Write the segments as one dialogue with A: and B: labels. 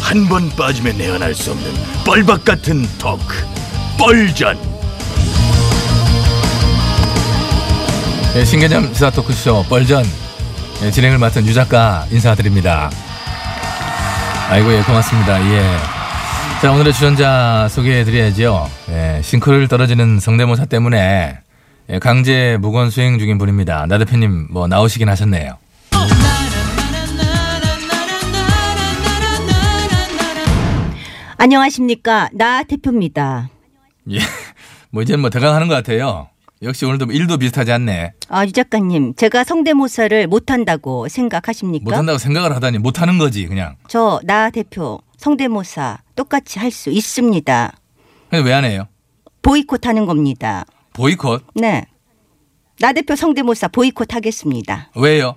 A: 한 번 빠지면 내안할 수 없는 뻘박 같은 토크 뻘전
B: 예, 신개념 시사 토크쇼 뻘전 예, 진행을 맡은 유 작가 인사드립니다. 아이고 예 고맙습니다. 예. 자 오늘의 출연자 소개해드려야죠. 예, 싱크를 떨어지는 성대모사 때문에 예, 강제 무건 수행 중인 분입니다. 나 대표님 뭐 나오시긴 하셨네요.
C: 안녕하십니까 나 대표입니다.
B: 예. 뭐 이제는 뭐 대강하는 것 같아요. 역시 오늘도 뭐 일도 비슷하지 않네.
C: 아, 유 작가님 제가 성대모사를 못한다고 생각하십니까?
B: 못한다고 생각을 하다니 못하는 거지 그냥.
C: 저 나 대표 성대모사 똑같이 할 수 있습니다.
B: 근데 왜 안 해요?
C: 보이콧하는 겁니다.
B: 보이콧
C: 네. 나 대표 성대모사 보이콧하겠습니다.
B: 왜요?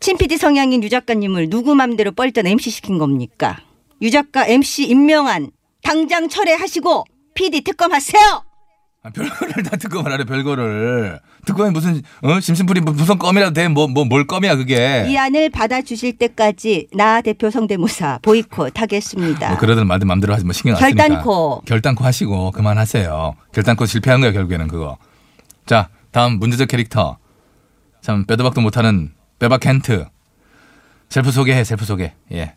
C: 친PD 성향인 유 작가님을 누구 맘대로 뻘던 MC 시킨 겁니까? 유 작가 MC 임명한 당장 철회하시고 PD 특검하세요.
B: 아, 별거를 다 특검을 하래 별거를 특검이 무슨 어? 심심풀이 무- 무슨 껌이라도 돼뭐뭐뭘 껌이야 그게
C: 이 안을 받아주실 때까지 나 대표 성대모사 보이콧 하겠습니다.
B: 뭐 그러든 말든 마음대로 하지 뭐 신경 안 쓰니까
C: 결단코.
B: 결단코 하시고 그만하세요 결단코 실패한 거야 결국에는 그거 자 다음 문제적 캐릭터 참 빼도박도 못하는 빼박 켄트 셀프 소개해 셀프 소개 예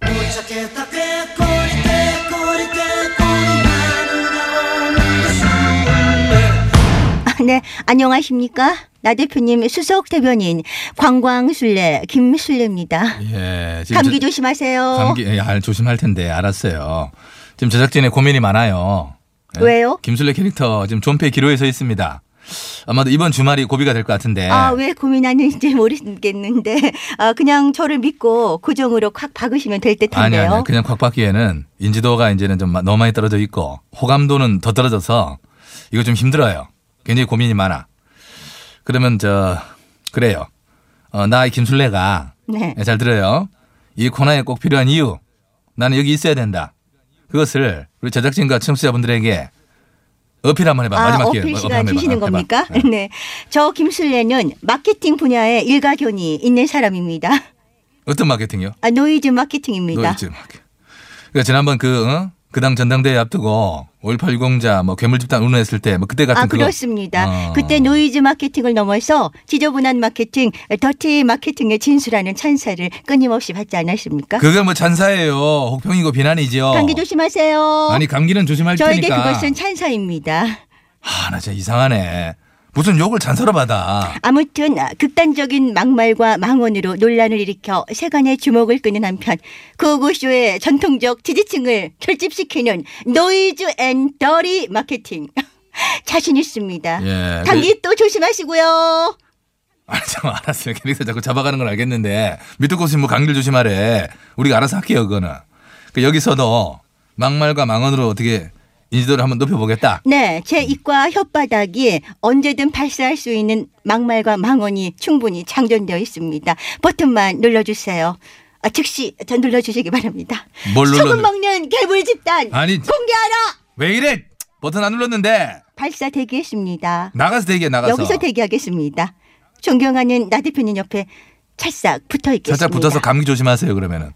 C: 아, 네, 안녕하십니까? 나 대표님 수석 대변인 관광술래 김술래입니다.
B: 예, 지금
C: 감기
B: 저-
C: 조심하세요.
B: 감기 예, 알- 조심할 텐데 알았어요 지금 제작진의 고민이 많아요 예?
C: 왜요?
B: 김술래 캐릭터 지금 존폐 기로에 서 있습니다. 아마도 이번 주말이 고비가 될 것 같은데.
C: 아, 왜 고민하는지 모르겠는데 아, 그냥 저를 믿고 고정으로 확 박으시면 될 듯
B: 아니
C: 한데요.
B: 아니 그냥 곽 박기에는 인지도가 이제는 좀 마- 너무 많이 떨어져 있고 호감도는 더 떨어져서 이거 좀 힘들어요. 굉장히 고민이 많아. 그러면 저 그래요. 어, 나 김술래가
C: 네.
B: 예, 잘 들어요. 이 코너에 꼭 필요한 이유. 나는 여기 있어야 된다. 그것을 우리 제작진과 청취자분들에게 어필 한번 해봐.
C: 아,
B: 마지막 기회.
C: 어필 시간
B: 한번 해봐.
C: 주시는
B: 해봐.
C: 겁니까?
B: 예.
C: 네. 저 김술래는 마케팅 분야에 일가견이 있는 사람입니다.
B: 어떤 마케팅이요?
C: 아, 노이즈 마케팅입니다.
B: 노이즈 마켓. 그러니까 지난번 그 어? 그당 전당대회 앞두고 5.18 유공자 뭐 괴물 집단 운운했을 때 뭐 그때 같은
C: 아,
B: 그거.
C: 그렇습니다.
B: 어.
C: 그때 노이즈 마케팅을 넘어서 지저분한 마케팅, 더티 마케팅에 진술하는 찬사를 끊임없이 받지 않았습니까?
B: 그게 뭐 찬사예요. 혹평이고 비난이지요.
C: 감기 조심하세요.
B: 아니 감기는 조심할
C: 저에게
B: 테니까.
C: 그것은 찬사입니다.
B: 아, 나 진짜 이상하네. 무슨 욕을 찬사로 받아.
C: 아무튼 아, 극단적인 막말과 망언으로 논란을 일으켜 세간의 주목을 끄는 한편 구호고쇼의 전통적 지지층을 결집시키는 노이즈 앤 더리 마케팅 자신 있습니다.
B: 예,
C: 감기 또 조심하시고요.
B: 아, 참 알았어요. 캐릭터 자꾸 잡아가는 건 알겠는데 밑에 곳이 뭐 감기를 조심하래. 우리가 알아서 할게요, 그거는. 그 여기서도 막말과 망언으로 어떻게 인지도를 한번 높여보겠다.
C: 네, 제 입과 혓바닥이 언제든 발사할 수 있는 막말과 망언이 충분히 장전되어 있습니다. 버튼만 눌러주세요. 아, 즉시 전 눌러주시기 바랍니다.
B: 뭘 눌러-
C: 소금 먹는 괴물 집단
B: 아니.
C: 공개하라.
B: 왜 이래? 버튼 안 눌렀는데
C: 발사 대기했습니다.
B: 나가서 대기해 나가서.
C: 여기서 대기하겠습니다. 존경하는 나 대표님 옆에 찰싹 붙어 있겠습니다.
B: 살짝 붙어서 감기 조심하세요 그러면은.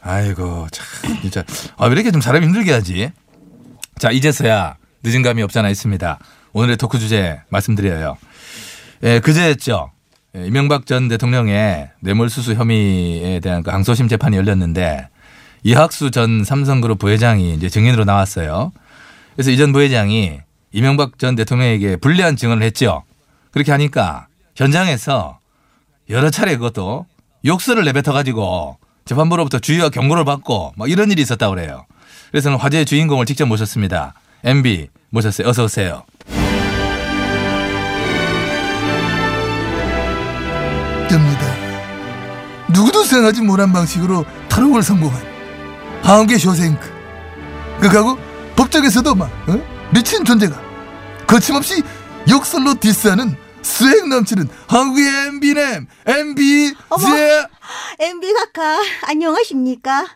B: 아이고 참 진짜 아, 왜 이렇게 좀 사람 힘들게 하지? 자 이제서야 늦은 감이 없잖아 있습니다. 오늘의 토크 주제 말씀드려요. 예 그제였죠. 예, 이명박 전 대통령의 뇌물 수수 혐의에 대한 그 항소심 재판이 열렸는데 이학수 전 삼성그룹 부회장이 이제 증인으로 나왔어요. 그래서 이 전 부회장이 이명박 전 대통령에게 불리한 증언을 했죠. 그렇게 하니까 현장에서 여러 차례 그것도 욕설을 내뱉어 가지고 재판부로부터 주의와 경고를 받고 막 이런 일이 있었다고 그래요. 그래서는 화제의 주인공을 직접 모셨습니다. MB 모셨어요. 어서 오세요.
D: 됩니다. 누구도 생각하지 못한 방식으로 탈옥을 성공한 한국의 쇼생크. 그하고 법정에서도 막 어? 미친 존재가 거침없이 역설로 디스하는 수행 넘치는 한국의 MBnem MB
C: 어머.
D: 제
C: MB 각하 안녕하십니까?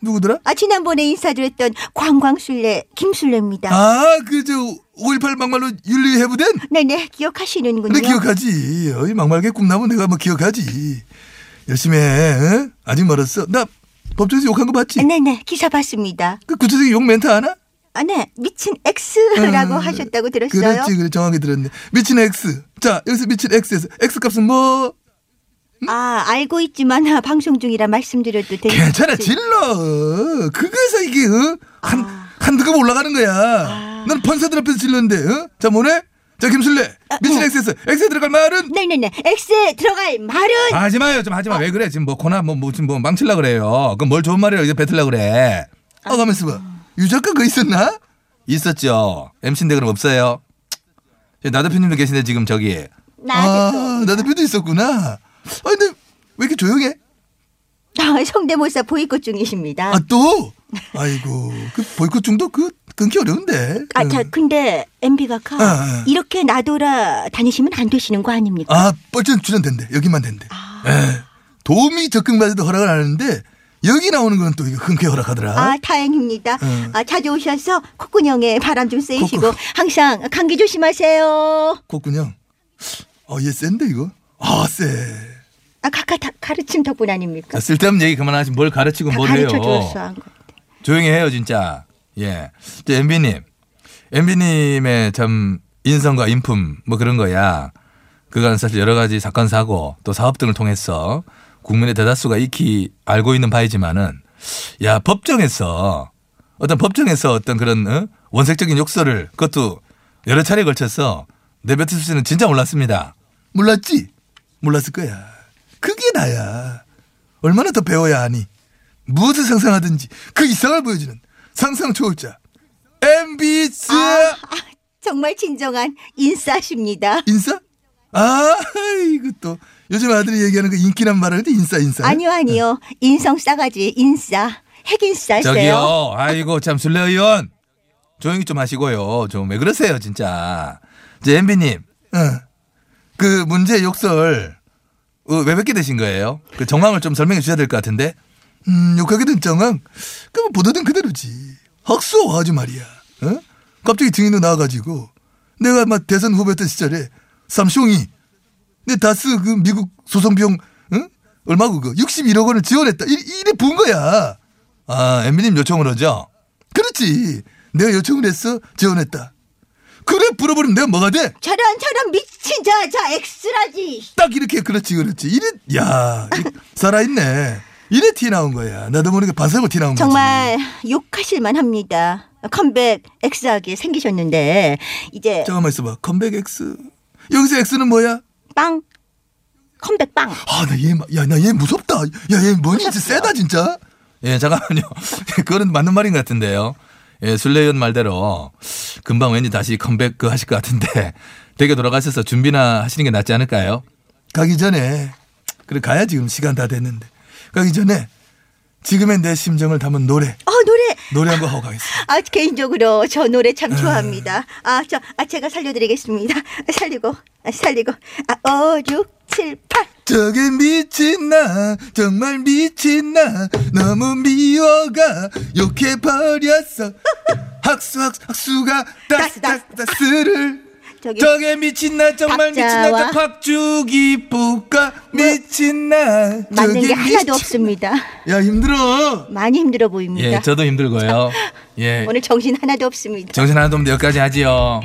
D: 누구더라?
C: 아 지난번에 인사를 했던 관광술래 김술래입니다.
D: 아 그 저 5.18 막말로 윤리 해부된
C: 네네 기억하시는군요.
D: 근데 기억하지. 어이 막말개 꿈나무 내가 뭐 기억하지. 열심히 해. 어? 아직 멀었어. 나
B: 법정에서 욕한 거 봤지?
C: 네네 기사 봤습니다.
B: 그 구체적인 욕 멘트 하나?
C: 아, 네 미친 X라고
B: 음,
C: 하셨다고 들었어요.
B: 그렇지, 그래 정확히 들었네. 미친 X. 자, 여기서 미친 X에서 X 값은 뭐?
D: 그-
C: 아 알고 있지만 아, 방송 중이라 말씀드려도 되겠지.
B: 괜찮아, 질러. 그거에서 이게 어? 한,
C: 아.
B: 한 등급 올라가는 거야. 난 판사들 앞에서 질렀는데, 어? 자, 뭐네? 자, 김술래.
C: 아,
B: 미친 X에서 X에 들어갈 말은?
C: 네네네 X에 들어갈 말은
B: 아,
D: 하지 마요 좀 하지 마. 왜 그래 지금 뭐 코나 뭐, 뭐 지금 뭐 망칠라 그래요. 그럼 뭘 좋은 말이라고 이제 뱉으려 그래.
B: 아, 가만있어 봐. 유작가 그 있었나?
D: 있었죠. MC인데 그럼 없어요. 나 대표님도 계신데 지금 저기
C: 나
B: 아, 나 대표도 있었구나. 아, 근데 왜 이렇게 조용해?
C: 아, 성대모사 보이콧 중이십니다.
B: 아, 또? 아이고, 그 보이콧 중독 그 끊기 어려운데.
D: 그
B: 음.
C: 아, 자,
B: 응.
C: 근데 MB가
D: 어,
C: 카
B: 아, 아.
C: 이렇게 나돌아 다니시면 안 되시는 거 아닙니까?
B: 아, 뻘전 출연된대. 여기만 된대.
C: 아.
B: 예. 도움이 적극받아도 허락을 안 하는데 여기 나오는 건 또 이거 흔쾌히
D: 어?
B: 허락하더라.
C: 아, 다행입니다.
B: 응.
C: 아, 자주 오셔서 콧구녕에 바람 좀 쐬시고
B: 콧구-
C: 항상 감기 조심하세요.
B: 콧구녕. 어, 얘 센데 이거? 아, 쎄.
C: 아, 카카 다- 가르침 덕분 아닙니까?
D: 아, 쓸데없는 얘기 그만하지 뭘 가르치고
C: 다
D: 뭘 해요.
C: 가르쳐 줘서 한 거.
D: 조용히 해요 진짜. 예. 저 MB님, MB님의 참 인성과 인품 뭐 그런 거야. 그간 사실 여러 가지 사건 사고 또 사업 등을 통해서 국민의 대다수가 익히 알고 있는 바이지만은 야 법정에서 어떤 법정에서 어떤 그런 어? 원색적인 욕설을 그것도 여러 차례 에 걸쳐서 내뱉을 수는 진짜 몰랐습니다.
B: 몰랐지? 몰랐을 거야. 그게 나야. 얼마나 더 배워야 하니? 무엇을 상상하든지 그 이상을 보여주는 상상 초월자
D: 예!
B: 엠비스
C: 아, 아, 정말 진정한 인싸십니다.
B: 인싸? 아, 이거 또 요즘 아들이 얘기하는 그 인기란 말을 할때 인싸 인싸.
C: 아니요, 아니요. 인성 싸가지 인싸. 핵인싸세요.
D: 저기요. 아이고 참 술래 의원 조용히 좀 하시고요. 좀 왜 그러세요 진짜. 이제 MB님
B: 응.
D: 그 문제 욕설 어, 왜 뵙게 되신 거예요? 그 정황을 좀 설명해 주셔야 될 것 같은데. 그
B: 음, 욕하게 된 정황 그뭐 보도된 그대로지. 학수 와가지고 말이야. 어? 갑자기 증인도 나와가지고 내가 막 대선 후보였던 시절에 삼숑이 내 다스 그 미국 소송 비용 응? 얼마 그거 61억 원을 지원했다. 이, 이래 본 거야.
D: 아, 엠비님 요청을 하죠.
B: 그렇지. 내가 요청을 했어 지원했다. 그래 불어버리면 내가 뭐가 돼?
C: 저런 저런 미친 자, 자 엑스라지.
B: 딱 이렇게 그렇지 그렇지 이래 야 이- 살아있네 이래 티 나온 거야 나도 모르게 반사고 티 나온 거지
C: 정말 욕하실만 합니다. 컴백 엑스하게 생기셨는데 이제
B: 잠깐만 있어봐 컴백 X 여기서 X는 뭐야
C: 빵 컴백 빵. 어,
B: 아나얘야나 얘 무섭다 야 얘 뭐니 진짜 세다 진짜
D: 예, 잠깐만요. 그거는 맞는 말인 것 같은데요. 예, 술래 의원 말대로 금방 왠지 다시 컴백 그 하실 것 같은데 댁에 돌아가셔서 준비나 하시는 게 낫지 않을까요?
B: 가기 전에 그래 가야 지금 시간 다 됐는데 가기 전에 지금의 내 심정을 담은 노래
C: 어 노래.
B: 노래 한 번 하고 가겠습니다
C: 아 개인적으로 저 노래 참 좋아합니다. 아 저 아, 제가 살려드리겠습니다. 살리고 아, 살리고 아5 6 7 8
B: 저게 미친 나 정말 미친 나 너무 미워가 욕해 버렸어 학수 학수 학수가
C: 다스,
B: 다스 다스 다스를
C: 저기
D: 저게 미친 나 정말 미친
C: 박자와- 뭐,
D: 나 곽주기
B: 가 미친 나
C: 맞는
B: 저게
C: 게 하나도
B: 미친-
C: 없습니다.
B: 야 힘들어
C: 많이 힘들어 보입니다.
D: 예, 저도 힘들고요. 예.
C: 오늘 정신 하나도 없습니다.
D: 정신 하나도 없는데 여기까지 하지요.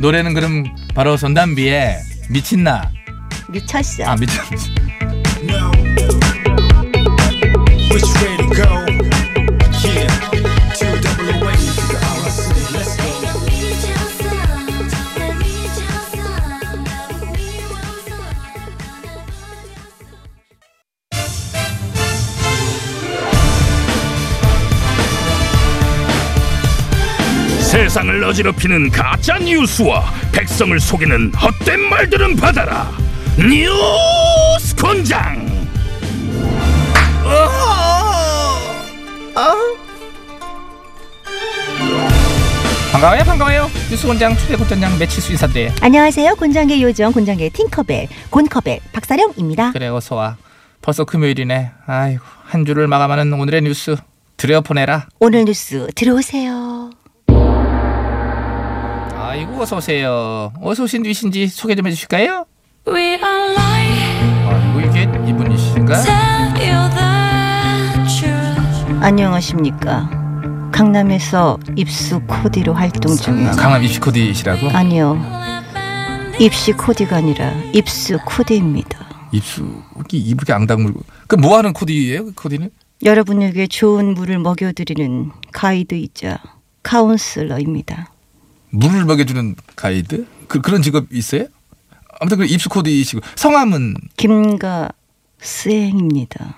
D: 노래는 그럼 바로 손담비의 미친나.
C: 미쳤어.
D: 아, 미친.
E: know which way to go. Yeah, 208 to the RIC. Let's go.
F: 내가 미쳤어 나 미쳤어 너무 미워서 떠나버렸어
A: 세상을 어지럽히는 가짜 뉴스와 백성을 속이는 헛된 말들은 받아라. 뉴스 권장.
G: 반가워요 반가워요 뉴스 원장 초대 고전장 매칠수 인사드려요
C: 안녕하세요. 곤장의 요정 곤장의 팅커벨 곤커벨 박사령입니다.
G: 그래 어서와 벌써 금요일이네 아이고 한 주를 마감하는 오늘의 뉴스 들여보내라
C: 오늘 뉴스 들어오세요.
G: 아이고 어서오세요 어서 오신 뒤신지 소개 좀 해주실까요?
H: We are lying,
G: 아이고 이게 이분이신가?
H: tell you the truth.
C: 안녕하십니까. 강남에서 입수 코디로 활동 중이에요.
D: 아, 강남 입시코디시라고?
C: 아니요. 입시 코디가 아니라 입수 코디입니다.
D: 입수 여기 입 이렇게 앙당물고 그 뭐 하는 코디예요? 그 코디는?
C: 여러분에게 좋은 물을 먹여드리는 가이드이자 카운슬러입니다.
D: 물을 먹여주는 가이드? 그, 그런 직업 있어요? 아무튼 그 입수 코디시고 성함은
C: 김가 스행입니다.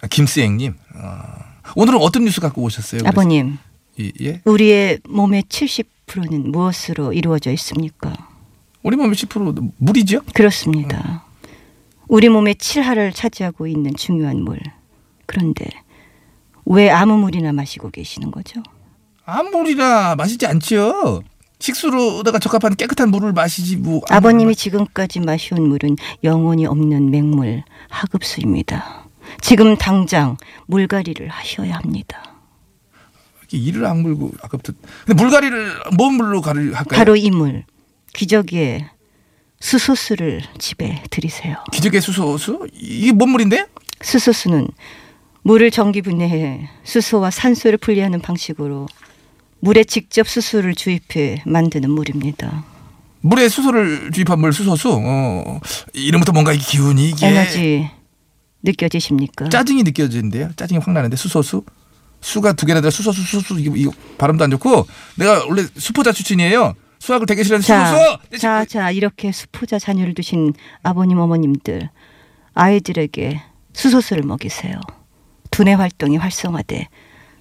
D: 아, 김스행님. 어. 오늘은 어떤 뉴스 갖고 오셨어요? 그래서?
C: 아버님,
D: 이- 예?
C: 우리의 몸의 70%는 무엇으로 이루어져 있습니까?
D: 우리 몸의 10% 물이죠?
C: 그렇습니다. 우리 몸의 7할을 차지하고 있는 중요한 물. 그런데 왜 아무 물이나 마시고 계시는 거죠?
D: 아무리나 마시지 않죠. 식수로다가 적합한 깨끗한 물을 마시지 뭐 아무-
C: 아버님이 지금까지 마셔온 물은 영혼이 없는 맹물 하급수입니다. 지금 당장 물갈이를 하셔야 합니다.
D: 이렇게 이를 악물고 아까부터 근데 물갈이를 뭔 물로 가를 할까요?
C: 바로 이 물, 기저귀에 수소수를 집에 들이세요.
D: 기적의 수소수 이게 뭔 물인데?
C: 수소수는 물을 정기 분해해 수소와 산소를 분리하는 방식으로 물에 직접 수소를 주입해 만드는 물입니다.
D: 물에 수소를 주입한 물 수소수. 어. 이름부터 뭔가 이 기운이 이게
C: 에너지 느껴지십니까?
D: 짜증이 느껴지는데요. 짜증이 확 나는데 수소수. 수가 두 개나 들어 수소수 수소수 뭐, 이거, 이거 발음도 안 좋고 내가 원래 수포자 출신이에요. 수학을 되게 싫어하는
C: 자,
D: 수소수.
C: 자, 자, 이렇게 수포자 자녀를 두신 아버님, 어머님들, 아이들에게 수소수를 먹이세요. 두뇌 활동이 활성화돼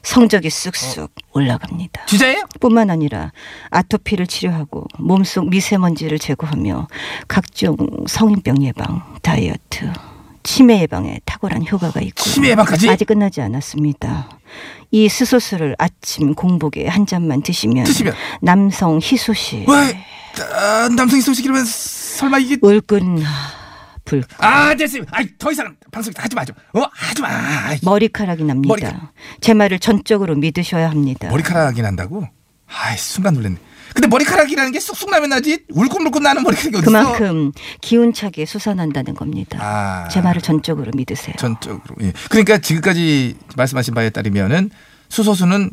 C: 성적이
D: 어.
C: 쑥쑥 올라갑니다.
D: 진짜예요?
C: 뿐만 아니라 아토피를 치료하고 몸속 미세먼지를 제거하며 각종 성인병 예방, 다이어트, 치매 예방에 탁월한 효과가 있고
D: 치매 예방까지?
C: 아직 끝나지 않았습니다. 이 수소수를 아침 공복에 한 잔만 드시면,
D: 드시면?
C: 남성 희소시
D: 왜 아, 남성이 소식이면 설마 이게
C: 어. 울끈 불
D: 아 됐습니다. 아이 더 이상 방송 하지 마죠. 어 하지 마. 아이,
C: 뭐. 머리카락이 납니다.
D: 머리카락.
C: 제 말을 전적으로 믿으셔야 합니다.
D: 머리카락이 난다고? 아이 순간 놀랐네. 근데 머리카락이라는 게 쑥쑥 나면 나지 울긋불긋 나는 머리카락이 어디 있어?
C: 그만큼 기운차게 솟아난다는 겁니다.
D: 아.
C: 제 말을 전적으로 믿으세요.
D: 전적으로. 예. 그러니까 지금까지 말씀하신 바에 따르면은 수소수는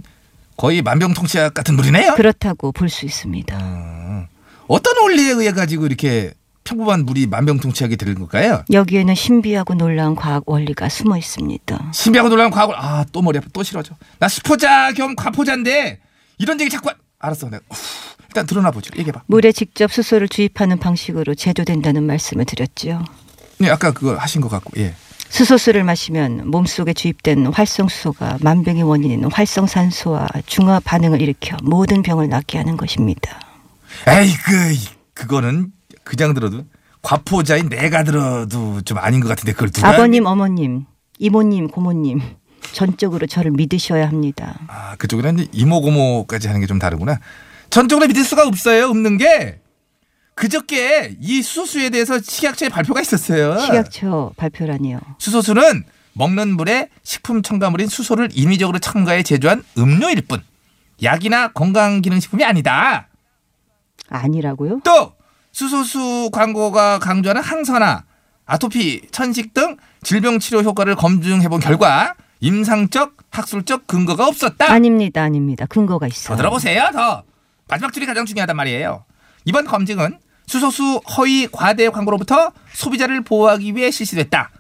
D: 거의 만병통치약 같은 물이네요.
C: 그렇다고 볼 수
D: 아.
C: 있습니다.
D: 어떤 원리에 의해 가지고 이렇게 평범한 물이 만병통치약이 되는 걸까요?
C: 여기에는 신비하고 놀라운 과학 원리가 숨어 있습니다.
D: 신비하고 놀라운 과학을 아또 머리 아파 또 싫어져. 나 수포자 겸 과포자인데 이런 얘기 자꾸 하- 알았어 내가 후, 일단 들어나 보죠. 얘기해봐.
C: 물에 직접 수소를 주입하는 방식으로 제조된다는 말씀을 드렸죠.
D: 네, 아까 그거 하신 것 같고 예.
C: 수소수를 마시면 몸속에 주입된 활성수소가 만병의 원인인 활성산소와 중화 반응을 일으켜 모든 병을 낫게 하는 것입니다.
D: 에이 그 그거는 그냥 들어도 과포자인 내가 들어도 좀 아닌 것 같은데 그걸 누가
C: 아버님, 어머님, 이모님, 고모님 전적으로 저를 믿으셔야 합니다.
D: 아 그쪽에는 이제 이모고모까지 하는 게 좀 다르구나. 전적으로 믿을 수가 없어요. 없는 게 그저께 이 수소수에 대해서 식약처의 발표가 있었어요.
C: 식약처 발표라니요.
D: 수소수는 먹는 물에 식품 첨가물인 수소를 인위적으로 첨가해 제조한 음료일 뿐 약이나 건강기능식품이 아니다.
C: 아니라고요?
D: 또 수소수 광고가 강조하는 항산화, 아토피, 천식 등 질병 치료 효과를 검증해 본 결과 임상적, 학술적 근거가 없었다.
C: 아닙니다, 아닙니다. 근거가
D: 더
C: 있어요.
D: 들어보세요. 더 마지막 줄이 가장 중요하단 말이에요. 이번 검증은 수소수 허위 과대 광고로부터 소비자를 보호하기 위해 실시됐다.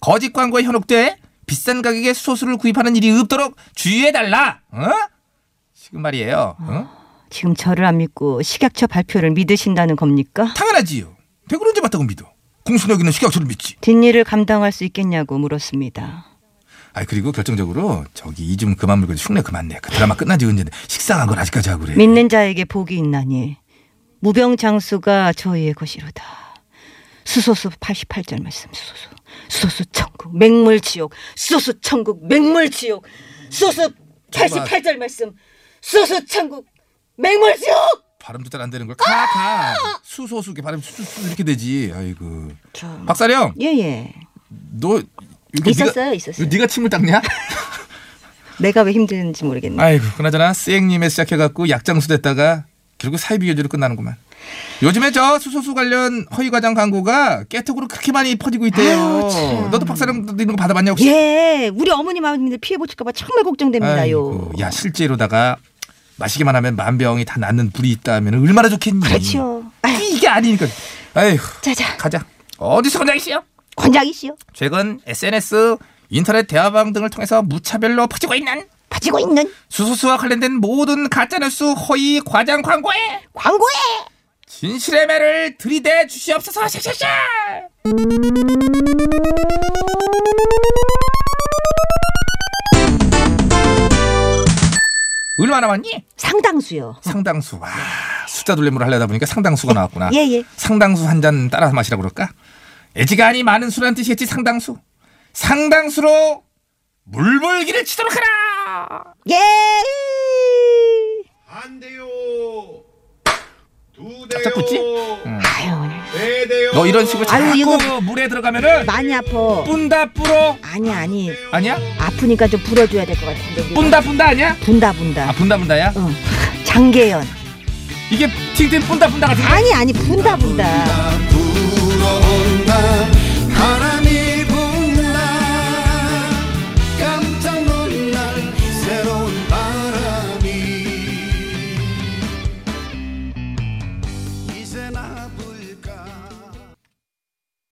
D: 거짓 광고에 현혹돼 비싼 가격에 수소수를 구입하는 일이 없도록 주의해 달라. 어? 지금 말이에요. 어?
C: 지금 저를 안 믿고 식약처 발표를 믿으신다는 겁니까?
D: 당연하지요. 대구는 이제 맞다고 믿어. 공신력 있는 식약처를 믿지.
C: 뒷일을 감당할 수 있겠냐고 물었습니다.
D: 아 그리고 결정적으로 저기 이 좀 그만 물고 흉내 그만 내. 그 드라마 끝난 지 언제인데 식상한 걸 아직까지 하고 그래.
C: 믿는 자에게 복이 있나니 무병장수가 저희의 것이로다. 수소수 88절 말씀 수소수 수소수 천국 맹물 지옥 수소수 천국 맹물 지옥 수소수 88절 말씀 수소수 천국 맹물 지옥
D: 발음도 잘 안 되는 걸. 가 가. 수소수 이렇게 발음 수수 이렇게 되지. 아이고.
C: 참.
D: 박사령
C: 예예
D: 너 이거
C: 있었어요,
D: 네가-
C: 있었어요.
D: 이거 네가 침을 닦냐?
C: 내가 왜
D: 아.
C: 힘드는지 모르겠네
D: 아이고 그나저나 쓰행님에 시작해갖고 약장수 됐다가 결국 사이비 교주로 끝나는구만. 요즘에 저 수소수 관련 허위 과장 광고가 깨톡으로 그렇게 많이 퍼지고 있대요.
C: 아유, 참.
D: 너도 박사랑 이런 거 받아봤냐 혹시?
C: 예, 우리 어머님 아버님들 피해 보실까봐 정말 걱정됩니다요.
D: 아이고, 야 실제로다가 마시기만 하면 만병이 다 낫는 불이 있다면 얼마나 좋겠니?
C: 그렇지요. 그렇죠. 아유,
D: 이게 아니니까. 아휴
C: 자자,
D: 가자. 어디서 건장이시여?
C: 권장이시요.
D: 최근 SNS, 인터넷 대화방 등을 통해서 무차별로 퍼지고 있는
C: 가지고 있는
D: 수소수와 관련된 모든 가짜뉴스 허위 과장 광고에
C: 광고에
D: 진실의 매를 들이대 주시옵소서 샥샥샥 얼마나 왔니?
C: 상당수요.
D: 상당수 와 숫자 돌림을 하려다 보니까 상당수가 나왔구나
C: 예, 예.
D: 상당수 한 잔 따라 마시라고 그럴까? 애지간히 많은 수란 뜻이겠지 상당수 상당수로 물벌기를 치도록 하라
C: 예.
I: 한 대요. 두 대요.
D: 짝 붙지?
C: 아유, 오늘
I: 네 대요.
D: 너 이런 식으로 자꾸
C: 아유, 이거
D: 물에 들어가면은
C: 많이 아파.
D: 뿐다 뿌러
C: 아니 아니.
D: 아니야?
C: 아프니까 좀 불어줘야 될 것 같은데. 우리.
D: 뿐다 뿐다 아니야?
C: 분다
D: 아
C: 분다.
D: 분다 분다야?
C: 응. 장계연.
D: 이게 팅팅 분다 분다 같은 거
C: 아니 아니 분다 분다.
I: 불어온